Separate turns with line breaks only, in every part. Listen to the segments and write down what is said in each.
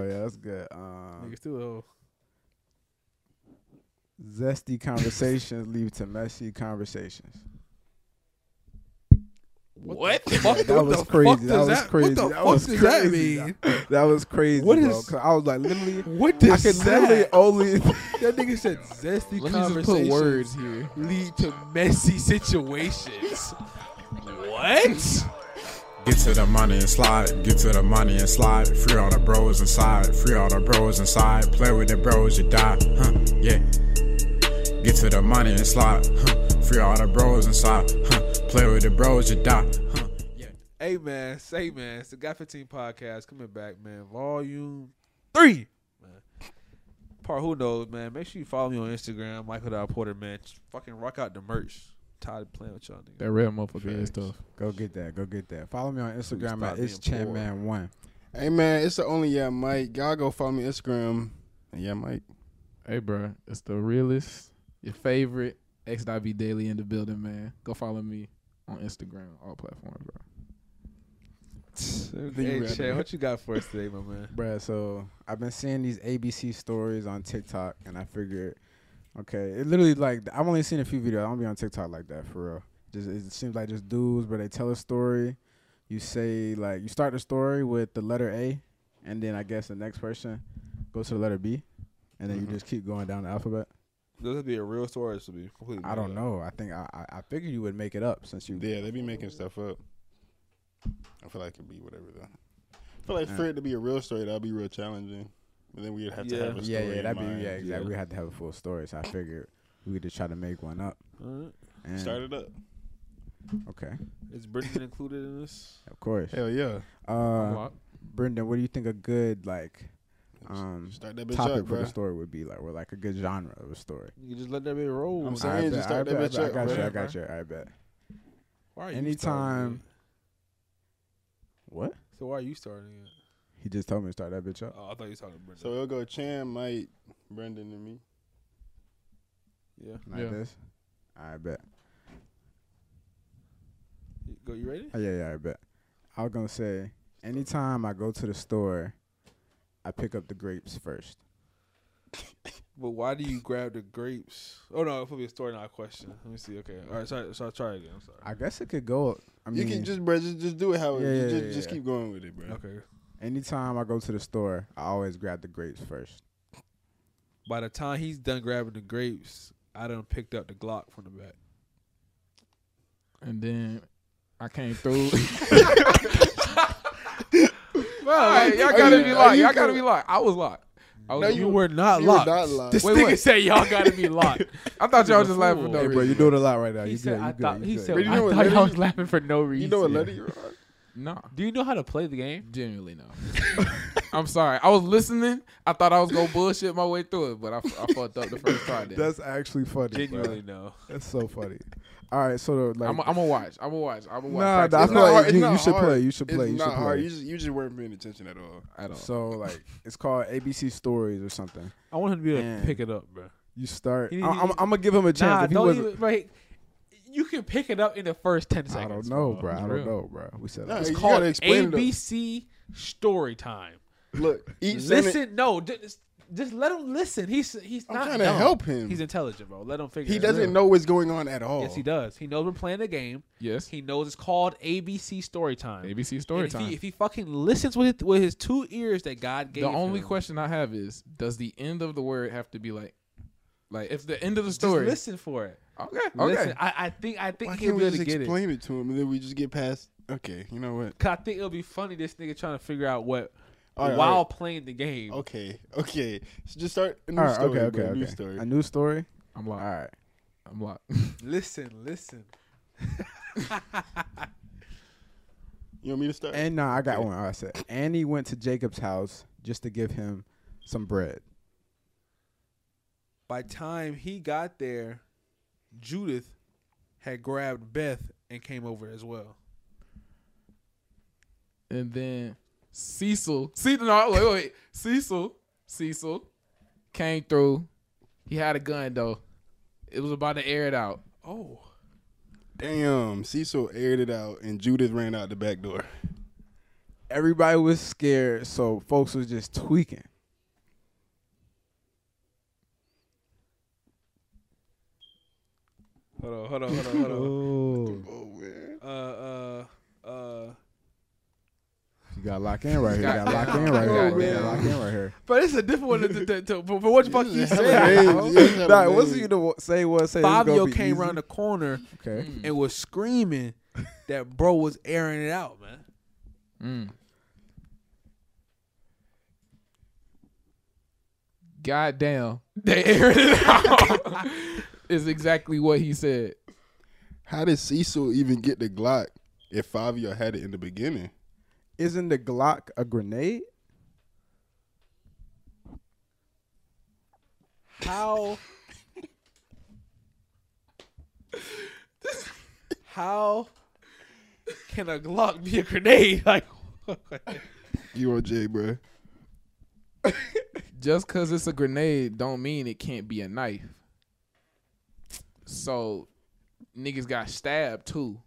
Oh, That's good. Um,
Niggas too old.
zesty conversations lead to messy conversations.
What? the fuck?
That
What
was
the
crazy.
fuck
That
does
was crazy.
What the
That
fuck
was
does that
crazy.
mean?
That was crazy.
What
bro,
is-
'cause I was like literally.
What
I
does
could literally
that?
only
That nigga said zesty
Let me just put
conversations
words here.
lead to messy situations. what?
Get to the money and slide, get to the money and slide. Free all the bros inside, free all the bros inside. Play with the bros, you die, huh? Yeah. Get to the money and slide, huh? Free all the bros inside, huh? Play with the bros, you die, huh? Yeah.
Hey man, say man, it's the Got 15 podcast coming back, man. Volume three. Man. Part who knows, man. Make sure you follow me on Instagram, Michael Dot Porter, man. Just fucking rock out the merch. Tired of playing with y'all niggas.
That red motherfucker is
Facts.
tough.
go get that. Go get that. Follow me on Instagram
stop
at it's
being poor.
Chanman One.
Hey man, it's the only yeah Mike. Y'all go follow me Instagram. Yeah Mike.
Hey, bro, it's the realest, your favorite XIV Daily in the building, man. Go follow me on Instagram, all platforms, bro.
Hey
you ready.
Chad, what you got for us today, my man?
Bruh, so I've been seeing these ABC stories on TikTok, and I figured, okay, it literally like I've only seen a few videos. I don't be on TikTok like that for real. Just it seems like just dudes, but they tell a story. You say like you start the story with the letter A, and then I guess the next person goes to the letter B, and then
Mhm.
you just keep going down the alphabet.
Does it be a real story or should be completely
I don't know. I think I I, I figured you would make it up since you.
Yeah, they be making stuff up. I feel like it could be whatever though. I feel like
Yeah.
for it to be a real story, that'd be real challenging. But then we'd have to
Yeah.
have a story.
Yeah, yeah,
in
that'd be
mind.
yeah, exactly. We had to have a full story, so I figured we could just try to make one up.
Alright.
And,
Start it up.
Okay,
Is Brendan included in this?
of course.
Hell yeah.
Uh,
Lock.
Brendan, what do you think a good like um
Start that bitch
topic
up,
for
bro.
the story would be like? Or like a good genre of a story.
You just let that be roll.
I'm
man.
sorry.
I
just
bet,
start
I
that
bet,
bitch
I got
up,
you. I
bruh.
got you. I bet.
Why are you
Anytime.
starting
What?
it? So why are you starting it?
He just told me to start that bitch up.
Oh, I thought you were talking to Brendan.
So it'll go Chan, Mike, Brendan, and me.
yeah.
Like
Yeah.
this. I bet.
You- Go, you ready?
Oh, yeah, yeah, I bet. I was gonna say, anytime I go to the store, I pick up the grapes first.
But why do you grab the grapes? Oh no, it'll be a story, not a question. Let me see. Okay, all right. Sorry, so I'll try again. I'm sorry.
I guess it could go. I mean,
you can just bro, just, just do it how
Yeah, yeah,
it just,
yeah,
just
yeah.
keep going with it, bro.
okay.
anytime I go to the store, I always grab the grapes first.
By the time he's done grabbing the grapes, I done picked up the Glock from the back.
And then I came through.
Well, all right,
y'all
Are
gotta
you-
be
are
locked.
you
Y'all gotta
cool?
be locked. I was locked. I was
No,
you,
locked.
you-
were not
you were
locked.
not locked.
This
Wait,
nigga
what?
said y'all gotta be locked.
I thought
He's
y'all
a
was just laughing for
fool.
no
Hey,
Hey,
bro,
reason.
you're doing a lot right now.
He
you
said,
good,
"I
you good,
thought
you
he
good.
said
But you
I
know what
thought y'all
letter
was laughing for no reason."
You know what letter you're on?
No,
Do you know how to play the game?
genuinely no. I'm sorry. I was listening. I thought I was gonna bullshit my way through it, but I, I fucked up the first try. Then.
That's actually funny. bro.
Genuinely no.
That's so funny. All right, so the, like,
I'm gonna watch. I'm gonna watch. I'm gonna watch.
Nah,
practice
I feel
round
like
hard- it's
you-
not
you should
hard.
play, you should play,
It's
you
not
should
hard.
play.
You just, you just weren't paying attention at all.
at all.
so like it's called ABC Stories or something.
I want him to be able
Man.
to pick it up, bro.
You start.
He-
I, am I'm gonna give him a chance.
Nah,
if he
don't
wasn't,
even. Right, you can pick it up in the first ten
I
seconds.
don't know, bro. I
It's
don't
real.
know, bro. We said
No,
that.
you
It's
gotta
called
explain it though.
ABC Story Time.
Look, each sentence-
Listen, no, just, just let him listen. He's he's
I'm
not
trying to
dumb.
help him.
He's intelligent, bro. Let him figure.
He
it
doesn't
out.
know what's going on at all.
Yes, he does. He knows we're playing the game.
yes,
He knows it's called ABC Story Time.
ABC
And
story
if
time.
He, if he fucking listens with his, with his two ears that God gave
the only
him,
question I have is, does the end of the word have to be like, like if the end of the
just
story?
listen for it.
Okay, okay.
Listen, I, I think I think
Why
he'll
can't
be
we
able to
just
get it.
explain it? to him and then we just get past? Okay, you know what?
Cause I think it'll be funny. This nigga trying to figure out what
All right,
while
all right.
playing the game.
Okay, okay. So just start a new
All right,
story.
okay, okay,
bro,
okay.
New story. Uh,
A new story.
I'm
All
locked.
right.
I'm locked.
Listen, listen.
You want me to start?
And nah, I got one. I said Annie went to Jacob's house just to give him some bread.
By time he got there, Judith had grabbed Beth and came over as well.
and then Cecil, Cecil, no, wait, wait, wait, Cecil, Cecil came through. He had a gun though. It was about to air it out.
Oh,
Damn, Cecil aired it out, and Judith ran out the back door.
Everybody was scared, so folks was just tweaking.
Hold on, hold on, hold on, hold
Oh,
Oh man.
on. Uh, uh, uh.
you got locked in right here. You
Got-
got locked in right here.
Oh,
You got
man.
locked in right here.
But it's a different one to, to, to, to, for what the fuck you
This is
said.
hella
bro.
names. This is hella
Nah, what's
names.
you to say? What say? this gonna
Fabio
be
came
easy?
around the corner
Okay.
Mm.
and was screaming that bro was airing it out, man.
Mm. God damn. They aired it out. is exactly what he said.
How did Cecil even get the Glock if Fabio had it in the beginning?
Isn't the Glock a grenade?
How? how can a Glock be a grenade? Like,
You on J, bro?
Just cause it's a grenade don't mean it can't be a knife. So niggas got stabbed too.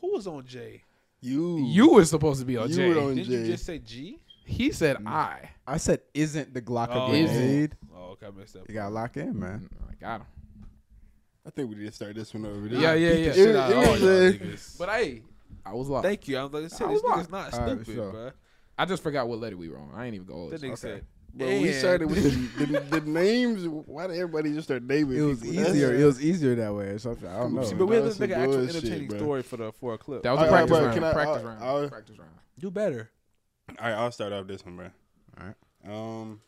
who was on J?
You.
You were supposed to be on
You Mm.
Jay.
were on
Didn't you
J.
just say G?
He said I.
I said, isn't the Glock
Oh.
a grenade?
Oh, okay, I missed that.
You got locked in, man.
I got him.
I think we need to start this one over.
Yeah, yeah, yeah.
It,
Shit
it
out of all
was a,
But hey, I was lost.
Thank you. I was like, this
I was
nigga's not
All right,
stupid,
sure.
bro.
I just forgot what letter we were on. I ain't even go. over
That
this.
nigga said.
bro, we
"Damn."
started with the, the, the names. Why did everybody just start naming?
It was
people? That's-
easier. It was easier that way or something. I don't
Oopsie,
But
know.
we had to
That was
make an
some
actual
bullshit,
entertaining
bro.
story for the for a clip.
That was a
All right,
practice
bro,
round.
can I-
practice
I-
round.
I-
practice round.
Do better.
All right, I'll start off this one, bro.
All right.
Um,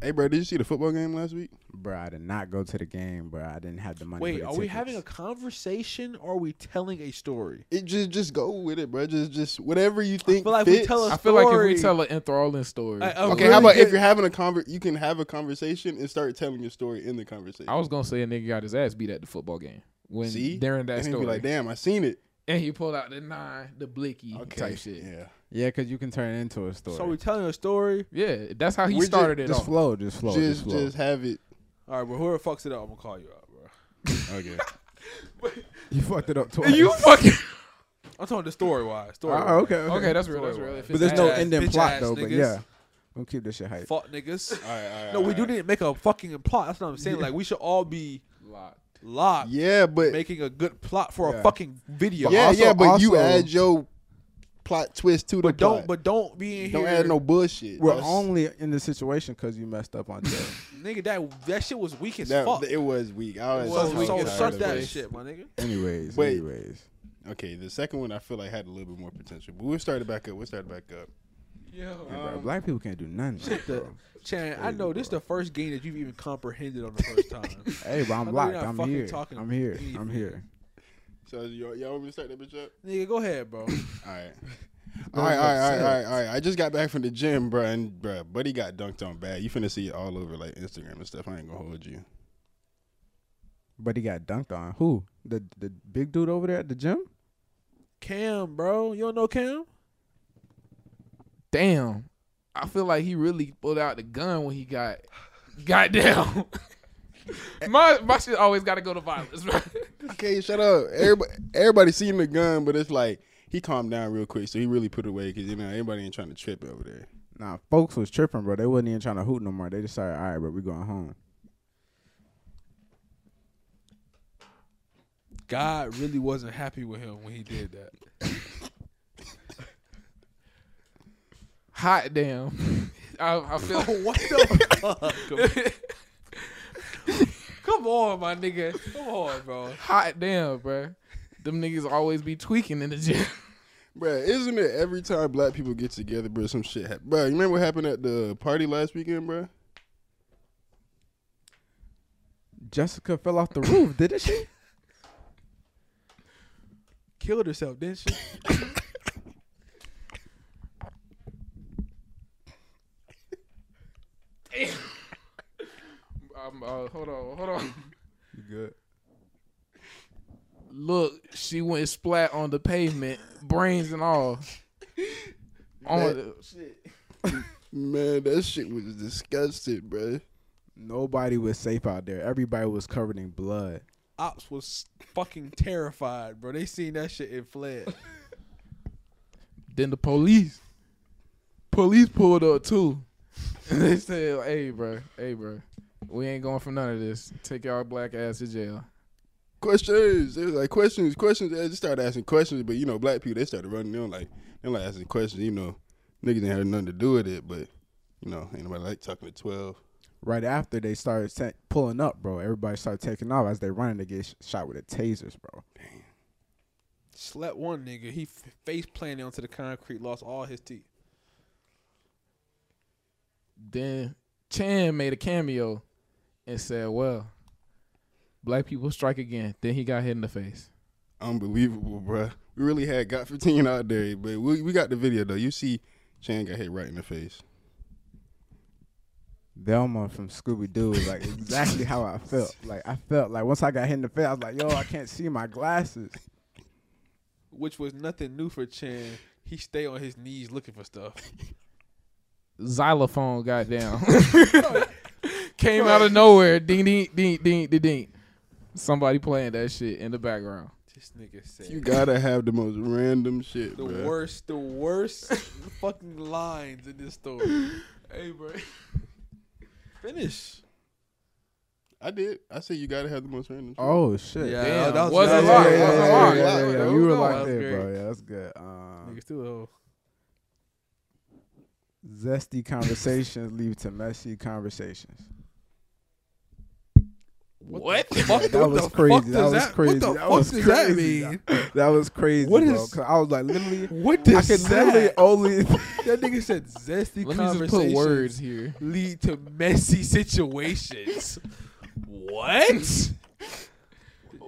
hey, bro, did you see the football game last week?
Bro, I did not go to the game, bro. I didn't have the money.
Wait,
for the
are we having a
tickets.
conversation or are we telling a story?
It just just go with it, bro. Just just whatever you think.
feel like we
fits.
tell a
I feel like if
story.
we tell an enthralling story,
I-
I,
I-
Okay,
really
how about
good-
if you're having a conver, you can have a conversation and start telling your story in the conversation.
was gonna say a nigga got his ass beat at the football game when
See
during that
and he'd
story,
be like, damn, I seen it.
and he pulled out the nine, the blicky
Okay,
type shit. Yeah.
Yeah,
Yeah, because you can turn it into a story.
So we telling a story.
that's how he
We're ju-
started it
just
off.
flow, just flow, just,
just
flow.
just have it.
All right, but whoever fucks it up, I'm gonna call you out, bro.
Okay.
you fucked it up twice.
You fucking Ah,
I'm talking the story wise. Story.
Oh, okay, okay.
okay, that's real. That's
Story
real.
wise.
If
But
it's
there's no
ass,
that-
ending
bitch
plot
ass
though. But
niggas.
yeah, we'll keep this shit hype.
Fuck niggas.
all right, all right.
No, we do
all right.
need to make a fucking plot. That's what I'm saying. Like we should all be locked,
Yeah, but
making a good plot for a
Yeah.
fucking video.
yeah,
also-
yeah, but you
also-
add your plot twist to the
but don't,
plot.
but don't be in
don't
here.
add no bullshit.
We're
That's-
only in this situation because you messed up on that.
nigga. That that shit was weak as
that,
fuck.
It was weak. I was,
so
I was
so
tired
suck
of
that
it.
shit, my nigga.
anyways,
Wait.
anyways,
Okay, the second one I feel like had a little bit more potential, but we'll start it back up. We'll start it back up.
Yeah,
um,
bro, black people can't do nothing.
The- Chan, I know this is the first game that you've even comprehended on the first time.
hey, bro,
know
I'm
you're
locked.
not
I'm
fucking
here.
talking
I'm here.
anything.
I'm here.
So y'all, y'all want me to start that bitch up?
nigga, go ahead, bro.
All right. All right, all right, all right, all right, all right. I just got back from the gym, bruh, and bruh, buddy got dunked on bad. You finna see it all over like Instagram and stuff. I ain't gonna hold you.
But he got dunked on. Who? The the big dude over there at the gym?
Cam, bro, you don't know Cam?
Damn, I feel like he really pulled out the gun when he got, goddamn. my my shit always got to go to violence, bro.
Okay, shut up. Everybody, everybody seen the gun, but it's like he calmed down real quick, so he really put it away because you know everybody ain't trying to trip over there.
Nah, folks was tripping, bro. They wasn't even trying to hoot no more. They decided, all right, bro, we going home.
God really wasn't happy with him when he did that.
Hot damn. I, I feel
what the fuck? Come on, my nigga. Come on, bro.
hot damn, bro. Them niggas always be tweaking in the gym.
Bruh, isn't it every time black people get together, bruh, some shit happen? Bruh, you remember what happened at the party last weekend, bruh?
Jessica fell off the roof, didn't she?
Killed herself, didn't she?
Um, uh, hold on, hold on.
Good.
Look, she went splat on the pavement, brains and all. on the,
Man, that shit was disgusting, bruh.
Nobody was safe out there. Everybody was covered in blood.
Ops was fucking terrified, bro. They seen that shit and fled.
then the police, police pulled up too. And they said, "Hey, bro, hey, bro, we ain't going for none of this. Take y'all black ass to jail."
questions. They was like questions, questions. They just started asking questions, but you know, black people they started running down like they like asking questions. You know, niggas didn't have nothing to do with it, but you know, ain't nobody like talking to twelve.
Right after they started ta- pulling up, bro, everybody started taking off as they running to get sh- shot with the tasers, bro.
Slept one nigga. He f- face planted onto the concrete, lost all his teeth.
Then Chan made a cameo and said, "Well, black people strike again." Then he got hit in the face.
Unbelievable, bruh. We really had got fifteen out there, but we we got the video though. You see, Chan got hit right in the face.
Delma from Scooby Doo was like exactly how I felt. Like I felt like once I got hit in the face, I was like, "Yo, I can't see my glasses."
which was nothing new for Chan. He stay on his knees looking for stuff.
Xylophone, goddamn, came out of nowhere. Ding ding ding ding ding ding. Somebody playing that shit in the background.
This nigga said
You gotta have the most random shit,
the
bruh.
worst, the worst fucking lines in this story.
Hey, bro.
Finish.
I did. I said you gotta have the most random. Shit.
Oh shit!
Yeah,
Damn,
that
was
yeah,
it
that
yeah,
locked?
yeah,
Was it
yeah,
locked?
yeah,
That
yeah,
was
yeah.
good.
You were
That
locked
was
there,
great.
bro. Yeah, that's good. Um,
Niggas still though.
zesty conversations lead to messy conversations.
What?
the fuck?
That was
the
crazy.
Fuck
That
does
was
that,
crazy.
What the
That
fuck
was
does
crazy.
that mean?
That was crazy,
What
bro.
is-
'cause I was like, literally,
What
I
does
could literally
that?
only.
That nigga said zesty
Let me just
conversations
put words here.
lead to messy situations. what?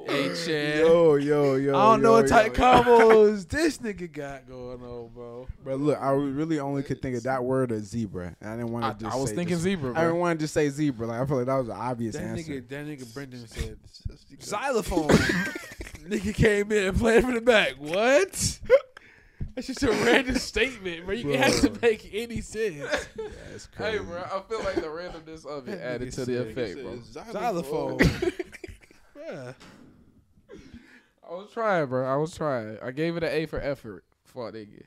hey Chan,
yo, yo, yo.
I don't know
yo,
what type
yo.
combos this nigga got going on, bro.
But look, I really only could think of that word or zebra, and I didn't
I,
want to just.
I was
say
thinking
just-
zebra.
I
Bro.
didn't want to just say zebra. Like I feel like that was an obvious
That
answer.
nigga, that nigga Brendan said
Zy-
xylophone. nigga came in and played from the back. What? That's just a random statement, bro. You
Bro.
have to make any sense.
That's
Hey,
crazy.
bro. I feel like the randomness of it added to the
said-
effect,
Nigga
bro.
said
Xylophone.
xylophone.
Bruh.
I was trying, bro. I was trying. I gave it an A for effort. Fuck nigga.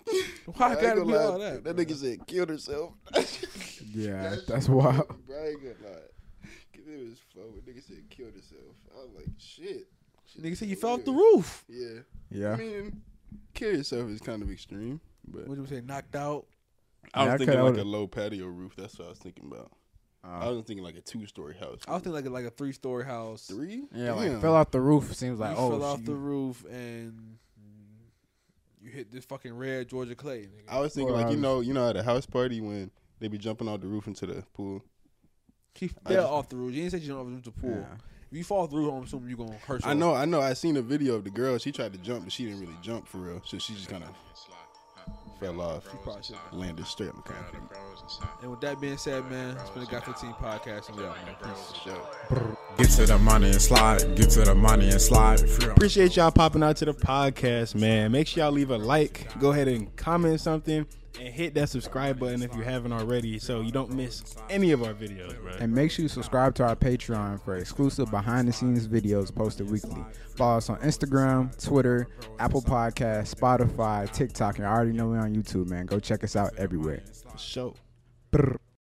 Why I
ain't
gotta
gonna
be
lie,
all that?
That
bruh?
nigga said killed herself.
Yeah, that's wild.
Bro, I ain't gonna lie. 'Cause it was flowing. Nigga said killed herself. I was like, shit.
Nigga said you fell off the
Weird.
roof.
Yeah. I
Yeah.
mean, kill yourself is kind of extreme, but
What you say? Knocked out.
I
Yeah,
was
I
thinking
coulda-
like a low patio roof. That's what I was thinking about. Oh. I
Uh,
was thinking like a two story house.
I was thinking like a, like a three story house.
three.
yeah, like
Damn.
fell off the roof seems like
you
oh
fell off
she-
the roof and you hit this fucking red Georgia Clay. Nigga.
I was thinking
Well,
like you
I
know you know at a house party when they be jumping off the roof into the pool.
She
I
fell
just-
off the roof. You didn't say she jumped off the roof to pool.
Yeah.
If you fall off the roof, I'm assuming you're gonna hurt.
I
yourself.
know, I know. I seen a video of the girl. She tried to jump, but she didn't really jump for real. So she just kind of fell off,
probably should.
landed straight on the concrete.
And with that being said, man, it's been the Got 15 podcast, and we out, man. Peace.
Get to the money and slide. Get to the money and slide. Free on
appreciate y'all popping out to the podcast, man. Make sure y'all leave a like, go ahead and comment something, and hit that subscribe button if you haven't already, so you don't miss any of our videos, bro.
And make sure you subscribe to our Patreon for exclusive behind the scenes videos posted weekly. Follow us on Instagram, Twitter, Apple Podcasts, Spotify, TikTok, and I already know we're on YouTube, man. Go check us out everywhere.
Show.
Brr.